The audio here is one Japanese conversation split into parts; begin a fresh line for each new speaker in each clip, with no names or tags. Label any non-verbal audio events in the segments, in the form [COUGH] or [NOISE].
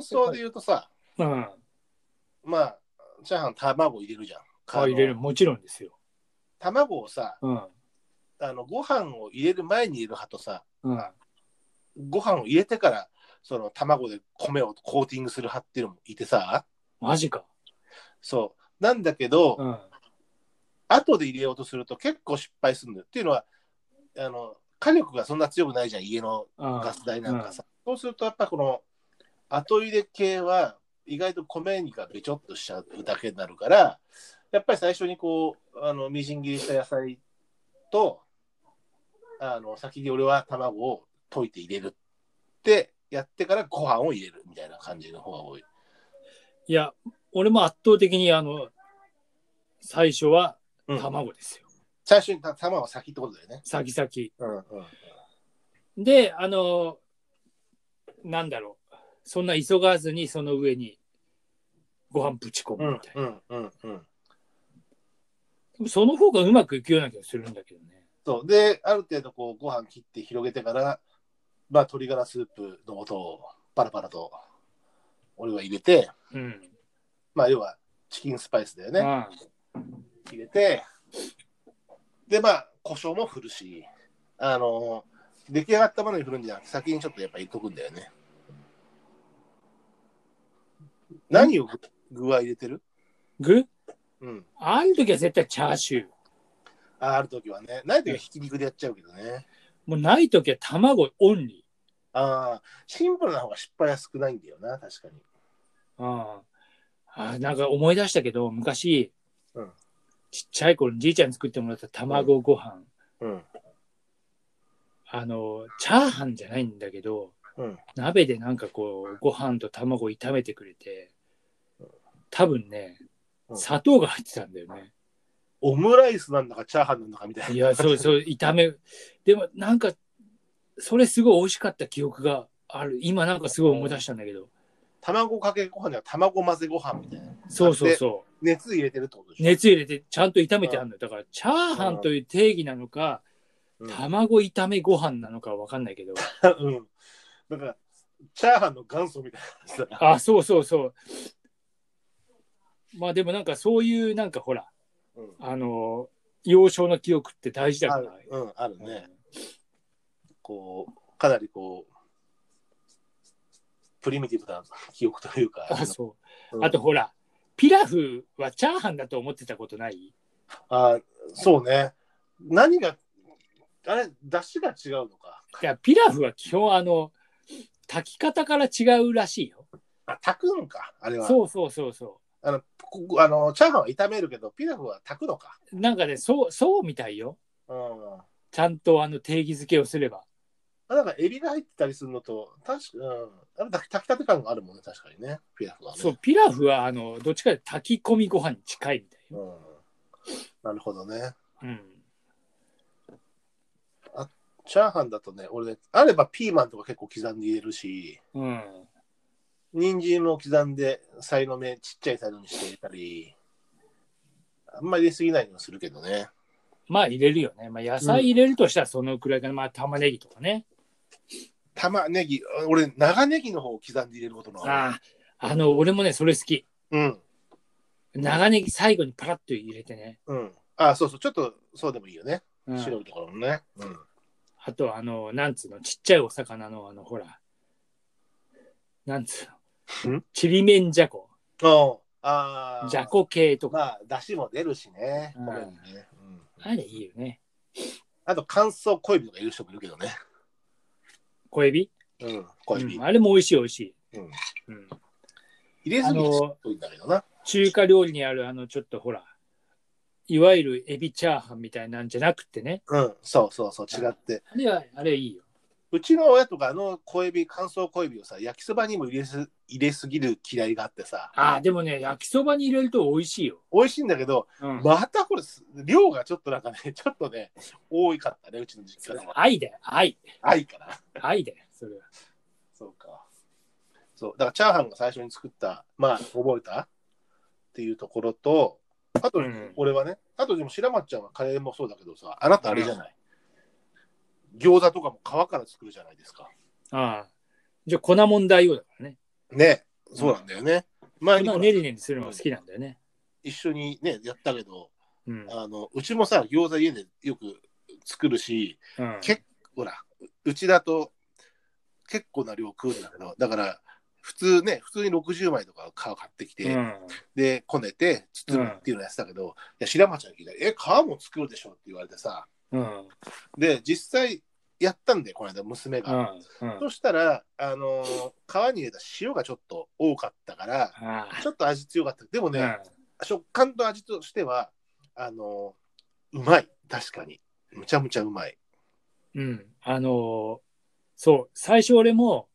想で言うとさ、
うん。
まあ、チャーハン卵入れるじゃん。
あ入れる。
あの。
もちろんですよ。
卵をさ、
うん。
あのご飯を入れる前に入れる派とさ、
うん。
ご飯を入れてから、その卵で米をコーティングする派っていうのもいてさ、
マジか。
そう。なんだけど、
うん。
後で入れようとすると結構失敗するんだよ。っていうのは、あの、火力がそんな強くないじゃん、家の
うん
ガス代なんかさ。そうすると、やっぱこの、後入れ系は、意外と米にがべちょっとしちゃうだけになるから、やっぱり最初にこう、あの、みじん切りした野菜と、あの、先に俺は卵を溶いて入れるってやってからご飯を入れるみたいな感じの方が多い。
いや、俺も圧倒的にあの、最初は
うん
卵ですよ。
最初にた卵先ってことだよね。
先々。
うんうん。
で、あの、なんだろう。そんな急がずに、その上に、ご飯ぶち込
う
むみ
ん
たいな。
うんうんうん。
その方がうまくいくような気がするんだけどね。
そう。で、ある程度こう、ご飯切って広げてから、まあ、鶏ガラスープの素をパラパラと、俺は入れて、
うん。
まあ、要は、チキンスパイスだよね。
あ
入れて、で、まあ、胡椒も振るし、あの、出来上がったものに振るんじゃなくて、先にちょっとやっぱ入れとくんだよね。何を具は入れてる
具
うん。
ある時は絶対チャーシュー。
あある時はね。ない時はひき肉でやっちゃうけどね。
もうない時は卵オンリ
ああ、シンプルな方が失敗は少ないんだよな、確かに。
ー。ああ、なんか思い出したけど、昔、
うん
ちっちゃい頃にじいちゃんに作ってもらった卵ご飯、
うん。
あの、チャーハンじゃないんだけど、
うん。
鍋でなんかこう、ご飯と卵炒めてくれて、多分ね、
うん
砂糖が入ってたんだよね。
オムライスなんだかチャーハンなんだかみたいな。
いや、
[LAUGHS]
そうそう、炒め、でもなんか、それすごい美味しかった記憶がある。今なんかすごい思い出したんだけど、
卵かけご飯には卵混ぜご飯みたいな。
そうそうそう。
熱入れてるってことでしょ。
熱入れてちゃんと炒めてあるのよ。だから、チャーハンという定義なのか、
うん
卵炒めご飯なのかわかんないけ
[LAUGHS]
ど。
うん。だから、チャーハンの元祖みたいなさ。
あ、そうそうそう。まあでもなんかそういうなんかほら、
うん。
あの、幼少の記憶って大事だ
あ
から
る。うん、あるね。こう、かなりこう、プリミティブな記憶というか。
あ、そうう。
ん
あと、ほら、ピラフはチャーハンだと思ってたことない
あそうね。何が、あれ、出汁が違うのか。
いや、ピラフは基本、あの、炊き方から違うらしいよ。
あ、炊くんか、あれは。
そうそうそうそ
あの、ここあのチャーハンは炒めるけど、ピラフは炊くのか。
う。なんかね、そう、そうみたいよ。
うん。
ちゃんとあの定義づけをすれば。
あなんかエビが入ってたりするのと、確か、うん、あれ炊き炊きたて感があるもんね、確かにね、ピラフはね。
そう、ピラフは、あの、どっちかで炊き込みご飯に近いみたいよ。
うん。なるほどね。
うん。
チャーハンだとね、俺ね、あればピーマンとか結構刻んで入れるし、
うん。
人参も刻んで、さいの目、ちっちゃいさいのにして入れたり、あんまり入れすぎないようにするけどね。
まあ入れるよね。まあ野菜入れるとしたらそのくらいかな。まあ玉ねぎとかね。
玉ねぎ、俺、長ネギの方を刻んで入れることのある。
ああ、あの、俺もね、それ好き。
うん、
長ネギ最後にパラッと入れてね。
うん。あ、そうそう、ちょっとそうでもいいよね。
うん
白いところもね。うん。
あと、あの、なんつうの、ちっちゃいお魚の、あの、ほら、なんつうんの、ちりめんじゃこ、
おうあー
じゃこ系とか、
まあ、出汁も出るしね。
うん
米にねうん
あれいいよね。
あと、乾燥小指とかいる人もいるけどね。
小エビ
うん、小指。
うんあれも美味しい、美味しい。
うん
うん
入れず
あ
に
の
ちっこいんだけどな。
中華料理にある、あの、ちょっとほら、いわゆるエビチャーハンみたいなんじゃなくてね。
うん、そうそうそう、違って。
あれは、あれいいよ。
うちの親とか、あの小指、乾燥小指をさ、焼きそばにも入れす入れすぎる嫌いがあってさ、
ああ、でもね、焼きそばに入れると美味しいよ。
美味しいんだけど、
うん。
またこれ、量がちょっとなんかね、ちょっとね、多いかったね、うちの実家の。
愛だよ、愛。
愛かな。
愛だよ、それは。
そうか。そう、だからチャーハンが最初に作った、まあ、覚えたっていうところと、あと、
うん
俺はね、あとでも白松ちゃんはカレーもそうだけどさ、あなたあれじゃない。餃子とかも皮から作るじゃないですか。
ああ。じゃあ、粉もんだよだからね。
ね。そうなんだよね。前に
今
ほら
ねりねりするのが好きなんだよね。
一緒にね、やったけど、
うん。
あの、うちもさ、餃子家でよく作るし、
うん
結ほら、ううちだと結構な量食うんだけど、だから、普通ね、普通に60枚とか皮買ってきて、
うん
で、こねて、包むっていうのやってたけど、いや、白間ちゃんに聞いたら、え、皮も作るでしょって言われてさ、
うん。で、
で、実際やったんで、この間、娘
う
が。
ん。うん
そしたら、あのー皮に入れた塩がちょっと多かったから、
あ
ちょっと味強かった。でも
あ
ね、食感と味としては、あのーうまい。確かに。むちゃむちゃうまい。
うん。うん。あのーそう、最初俺も、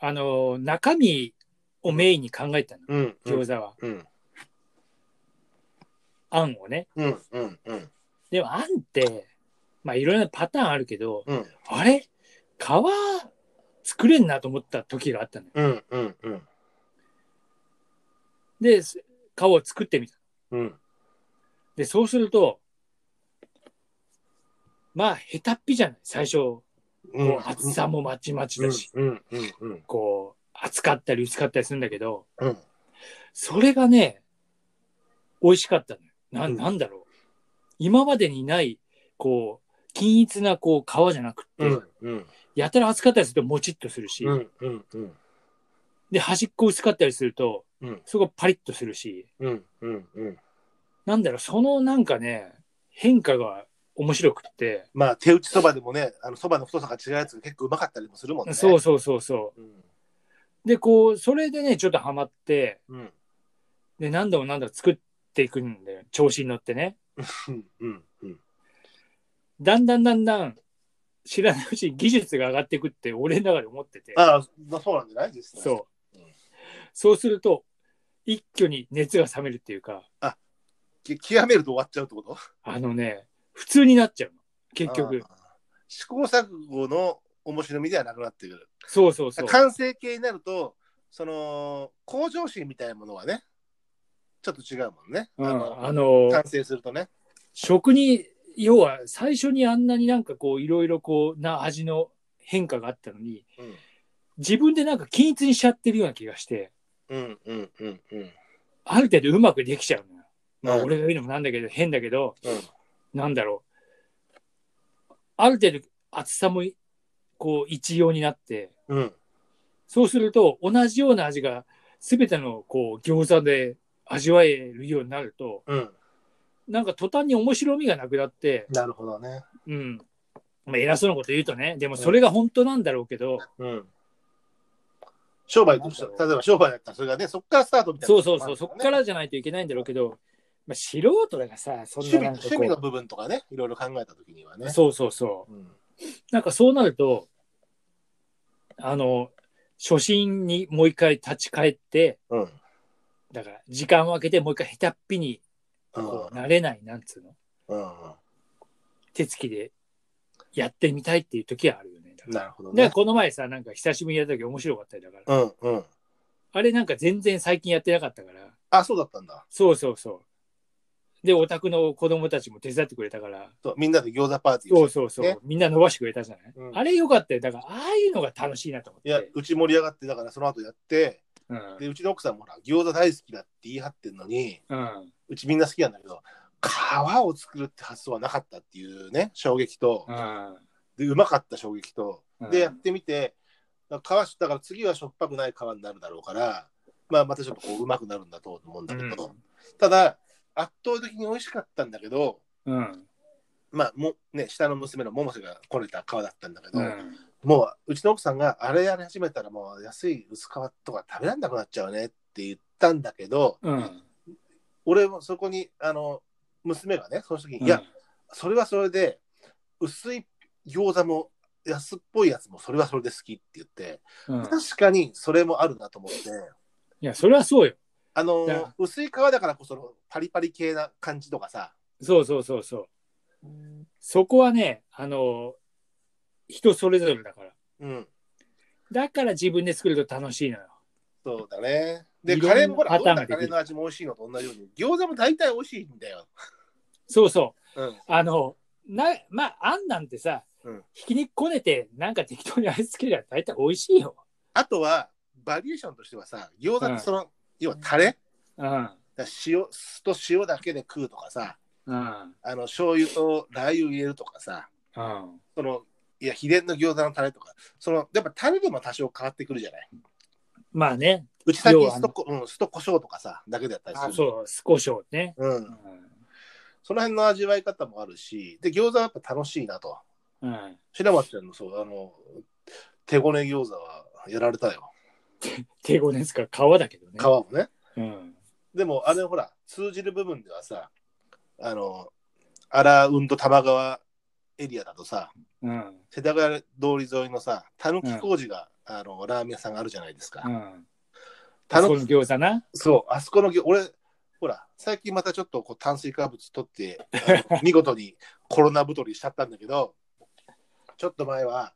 あのー中身をメインに考えてたの、
うん。うん
餃子は。
うん。
あんをね。
うん。うん。うん。
でも、あんって、まあ、いろいろなパターンあるけど、
うん。
あれ皮作れんなと思った時があったのよ。
うん。うん。うん。
で、す皮を作ってみた。
うん。
で、そうすると、まあ、へたっぴじゃない最初、こ
う。
うん厚さもまちまちだし、
うん。うん。うん。
こう、厚かったり薄かったりするんだけど、
うん。
それがね、美味しかったのよ。な、
うん
なんだろう。今までにない、こう、均一な、こう、皮じゃなくっ
う
て、
ん。うん。
やたら厚かったりするともちっとするし、
うん。うん。うん。
で、端っこ薄かったりすると、
うん。
そこパリッとするし、
うん。うん。うん。
なんだろう、そのなんかね、変化が面白くって、
まあ、手打ちそばでもね、あの、そばの太さが違うやつが結構うまかったりもするもんね。。
そうそうそうそう
うん。
う。で、こう、それでね、ちょっとハマって、
うん。
で、何度も何度も作っていくんだよ。調子に乗ってね。
うん。うん。うん。
だんだんだんだん、知らないうちに技術が上がっていくって、俺の中で思ってて。
ああ、まあそうなんじゃないですね。
そう
うん。
そうすると、一挙に熱が冷めるっていうか、
き極めると終わっちゃうってこと
あのね、普通になっちゃうの。結局。
あー試行錯誤の面白みではなくなってくる
そうそうそう。
完成形になるとその向上心みたいなものはねちょっと違うもんね、
う
あ
ん、
の
あの、
完成するとね
食に要は最初にあんなになんかこういろいろこうな味の変化があったのに
うん
自分でなんか均一にしちゃってるような気がして
うんうんうんうん
ある程度うまくできちゃうのよ。まあ
うん
俺が言うのもなんだけど変だけど
うん
なんだろうある程度厚さもいこう一様になって
うん
そうすると同じような味が全てのこう餃子で味わえるようになると
うん
なんか途端に面白みがなくなって
なるほどね
うん。まあ、偉そうなこと言うとね、でもそれが本当なんだろうけど、
うん商売として
なんだろう
例えば商売だったらそれがねそっからスタートみたいな
そう
の
そう
もあるね
そう、そこからじゃないといけないんだろうけど、まあ、素人だからさ、そん
趣
な
味
なんか
趣味の
こ
部分とかねいろいろ考えた時には
う、
ね、
そうそうそう
ん、
う、なんかそうなると、あの、初心にもう一回立ち返って、
うんうん
だから時間を空けてもう一回へたっぴにこうなれないなんつうの、
うん
手つきでやってみたいっていう時はあるよね。だから
なるほど
だから
ね
この前さ、なんか久しぶりにやった時面白かったよだから、
うんうん
あれなんか全然最近やってなかったから、
あそうだったんだ
そうそうそう。で、お宅の子供たちも手伝ってくれたから、
そうみんなで餃子パーティー
そ
を
う
して
そうそう、
ね
みんな伸ばしてくれたじゃない、
うん
あれよかったよ。だから、ああいうのが楽しいなと思っ
いや
て。
うち盛り上がってだからその後やって
うん
でうちの奥さんもほら餃子大好きだって言い張ってんのに
うん
うちみんな好きなんだけど皮を作るって発想はなかったっていうね衝撃と
うん
でうまかった衝撃と
うん
でやってみてだから皮だから次はしょっぱくない皮になるだろうから、まあ、またちょっとこううまくなるんだと思うんだけど、ただ圧倒的に美味しかったんだけど
うん
まあもね下の娘の百瀬がこねた皮だったんだけど、
うん
もううちの奥さんがあれやり始めたらもう安い薄皮とか食べられなくなっちゃうねって言ったんだけど
うん
俺もそこにあの娘がねその時に、いやそれはそれで薄い餃子も安っぽいやつもそれはそれで好きって言って、
うん、い
確かにそれもあるなと思って
や、それはそうよ。
あの
いや
薄い皮だからこそのパリパリ系な感じとかさ
そうそうそうそう。そこはね、あの、人それぞれだから。
うん
だから自分で作ると楽しいのよ。
そうだねで
いろん
カ
な
レーもほら
パ
どん
ターンが
なカレー
できる
の味も美味しいのと同じように餃子も大体美味しいんだよ、
そうそう。
うん、
あの、な、まあ、あんなんてさ、
うん
ひき肉こねて、なんか適当に味付けりゃ大体美味しいよ。
あとは、バリエーションとしてはさ、餃子ってその、要はタレ
うん。
だから塩酢と塩だけで食うとかさ、
うん。
あの醤油とラー油入れるとかさ、
うん。
その、いや、秘伝の餃子のタレとか、その、やっぱタレでも多少変わってくるじゃない。
まあね。
うちさっ
要
き
は
酢とこ、うん、酢と胡椒とかさ、だけだったりす
あ
る。
そう、少しね。
う
うん
ん。その辺の味わい方もあるし、で、餃子はやっぱ楽しいなと。
うん。
白松ちゃんの、そう、あの、手ごね餃子はやられたよ。
手ごねですから皮だけどね。
皮もね。
うん。
でもあれほら通じる部分ではさあの荒運と玉川エリアだとさ
うん。
世田谷通り沿いのさたぬき工事が、あのラーメン屋さんがあるじゃないですか、
うん。
た
あそ
ぬ
こ
き
の餃子な。
そうあそこのぎ俺ほら最近またちょっとこう炭水化物取ってあ
[LAUGHS]
の見事にコロナ太りしちゃったんだけどちょっと前は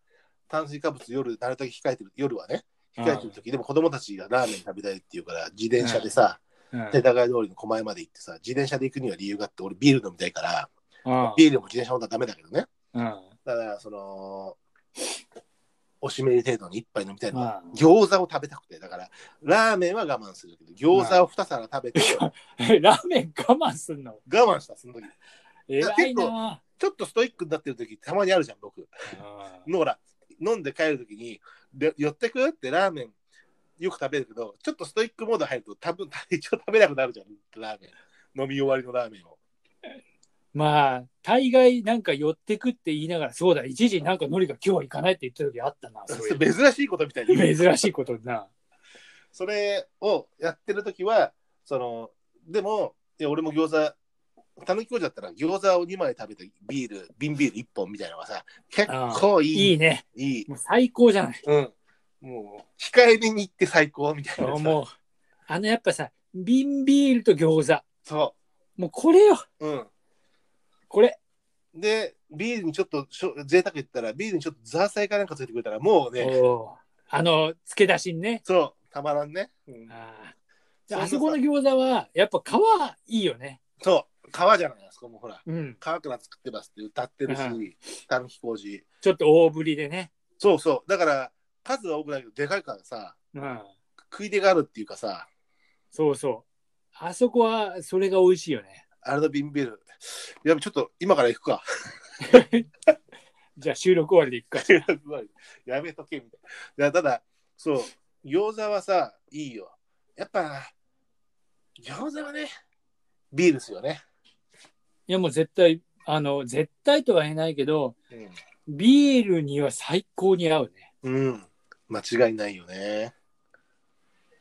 炭水化物夜なるだけ控えてる夜はね控えてる時、でも子供たちがラーメン食べたいっていうから自転車でさ、
うん
世田谷通りの狛江まで行ってさ、自転車で行くには理由があって、俺ビール飲みたいから、
うん
ビールも自転車飲んだらダメだけどね。
うん。
だから、その、おしめり程度に一杯飲みたいのは
う、ん
餃子を食べたくて、だから、ラーメンは我慢するけど、餃子を2皿食べて、
ラーメン我慢すんの
我慢した、その時。
偉いな。
ちょっとストイックになってる時、たまにあるじゃん、僕。
うん
のほら、飲んで帰る時に、で寄ってくってラーメン、よく食べるけど、ちょっとストイックモード入ると、多分体調食べ [LAUGHS] なくなるじゃん、ラーメン。飲み終わりのラーメンを。
まあ、大概なんか寄ってくって言いながら、そうだ、一時なんかノリが今日は行かないって言ってた時あったな、そうい
珍しいことみたいに言う
う。珍しいことにな。
それをやってるときは、その、でも、いや俺も餃子、たぬき工事だったら餃子を2枚食べてビール、瓶ビール1本みたいなのがさ、結構いい、
い
い
いね。
い、
もう最高じゃない。
うん。もう、控えめに行って最高みたいなさ。
もう、あのやっぱさ、瓶ビールと餃子。
そ
もうこれよ、
う。うん。
これ。
で、ビールにちょっとしょ贅沢言ったら、ビールにちょっとザーサイかなんかついてくれたら、もうね、
おーあの、つけ出しにね。
そう、たまらんね。うん
あーじゃああそこの餃子は、やっぱ皮いいよね。
そう、皮じゃない、あそこもほら、
うん。
皮から作ってますって歌ってる
う
し、たぬき工事。
ちょっと大ぶりでね。
そうそう。だから、数は多くないけど、でかいからさ、
うん。
食い手があるっていうかさ、
そうそう。あそこは、それが美味しいよね。
あれの瓶ビール。いや、ちょっと今から行くか。 [LAUGHS]
じゃあ収録終わりでいくか。
やめとけ、みたいな。いや、ただ、そう、餃子はさ、いいよ。やっぱ、餃子はね、ビールですよね。
いやもう絶対、あの、絶対とは言えないけど、ビールには最高に合うね。
うん。うん、間違いないよね。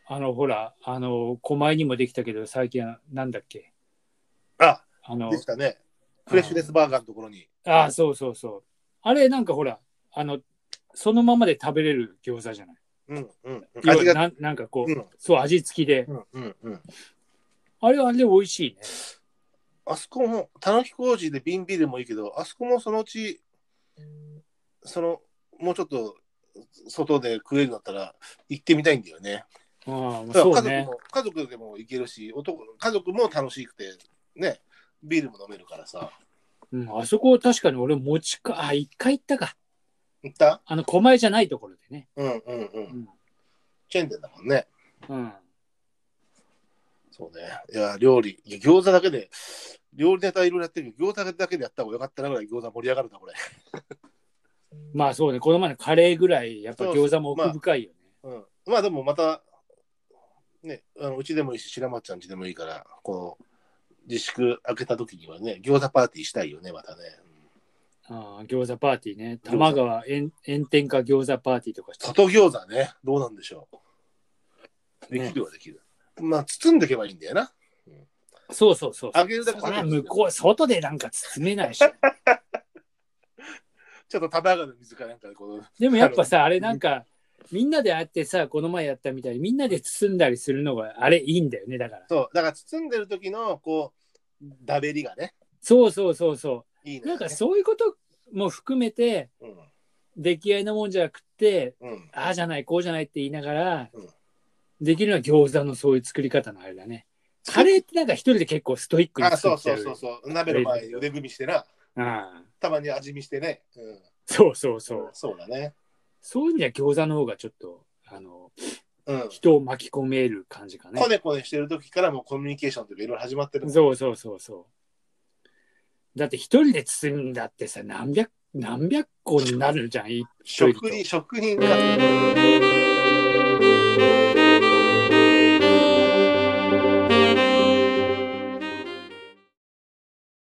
あの、ほら、あの、狛江にもできたけど、最近、なんだっけ。
あ、
あの
で、きたね。フレッシュネスバーガーのところに。
ああ、そうそうそう。あれ、なんかほら、あの、そのままで食べれる餃子じゃない。
うん、うん。うん
要は
味が、
なんなんかこう、
うん、
そう、味付きで。
うん、うん、うん。
あれはあれで美味しいね。
あそこも、たぬき工事で瓶ビールもいいけど、あそこもそのうち、その、もうちょっと外で食えるんだったら行ってみたいんだよね。
ああ、
だか
そ
ら
う
家族
ね。
も、家族でも行けるし、男家族も楽しくて、ね、ビールも飲めるからさ。
うん、あそこは確かに俺持ちか、あ、一回行ったか。
行った
あの、狛江じゃないところでね。
うんうんう。
うんん。
チェーン店だもんね。
うん。
そうね。いや、料理、いや餃子だけで、料理ネタいろいろやってるけど、餃子だけでやった方がよかったなぐらい餃子盛り上がるな、これ。
まあそうね、この前のカレーぐらい、やっぱ餃子も奥深いよね。
うん、まあでもまた、ね、あのうちでもいいし、白松ちゃん家でもいいから、こう、自粛開けた時にはね、餃子パーティーしたいよね、またね。
ああ餃子パーティーね。玉川炎炎天下餃子パーティーとかして。
外餃子ね、どうなんでしょう。で
ね
きるはできる。まあ、包んでけばいいんだよな。
そうそうそう。
揚げるだけ
そりゃ
外
向こう、外でなんか包め [LAUGHS] ないし。
ちょっと玉川の水かなんかでこう、
でもやっぱさ、あれなんか、みんなであってさ、この前やったみたいに、みんなで包んだりするのが、あれいいんだよね、だから。
そう、だから包んでる時の、こう、だべりがね、
そうそうそうそ。
いいうね。
なんかそういうことも含めて、
うん、
出来合いのもんじゃなくって、
うん、
ああじゃない、こうじゃないって言いながら、
うん
できるのは餃子のそういう作り方のあれだね。カレーってなんか一人で結構ストイックに
あ、
作
そう
っち
そ
ゃ
う
う
そうそう、鍋の前に腕組みしてな、
うん
たまに味見してね。うん、
そうそうそう。
そうだね。
そういう意味では餃子の方がちょっと、あの、
うん。
人を巻き込める感じかね
こ。ねこねしてる時からもうコミュニケーションとかいろいろ始まってるもん。
そうそうそうそう。だって一人で包んだってさ、何百、何百個になるじゃん。い
職人、職人が。
「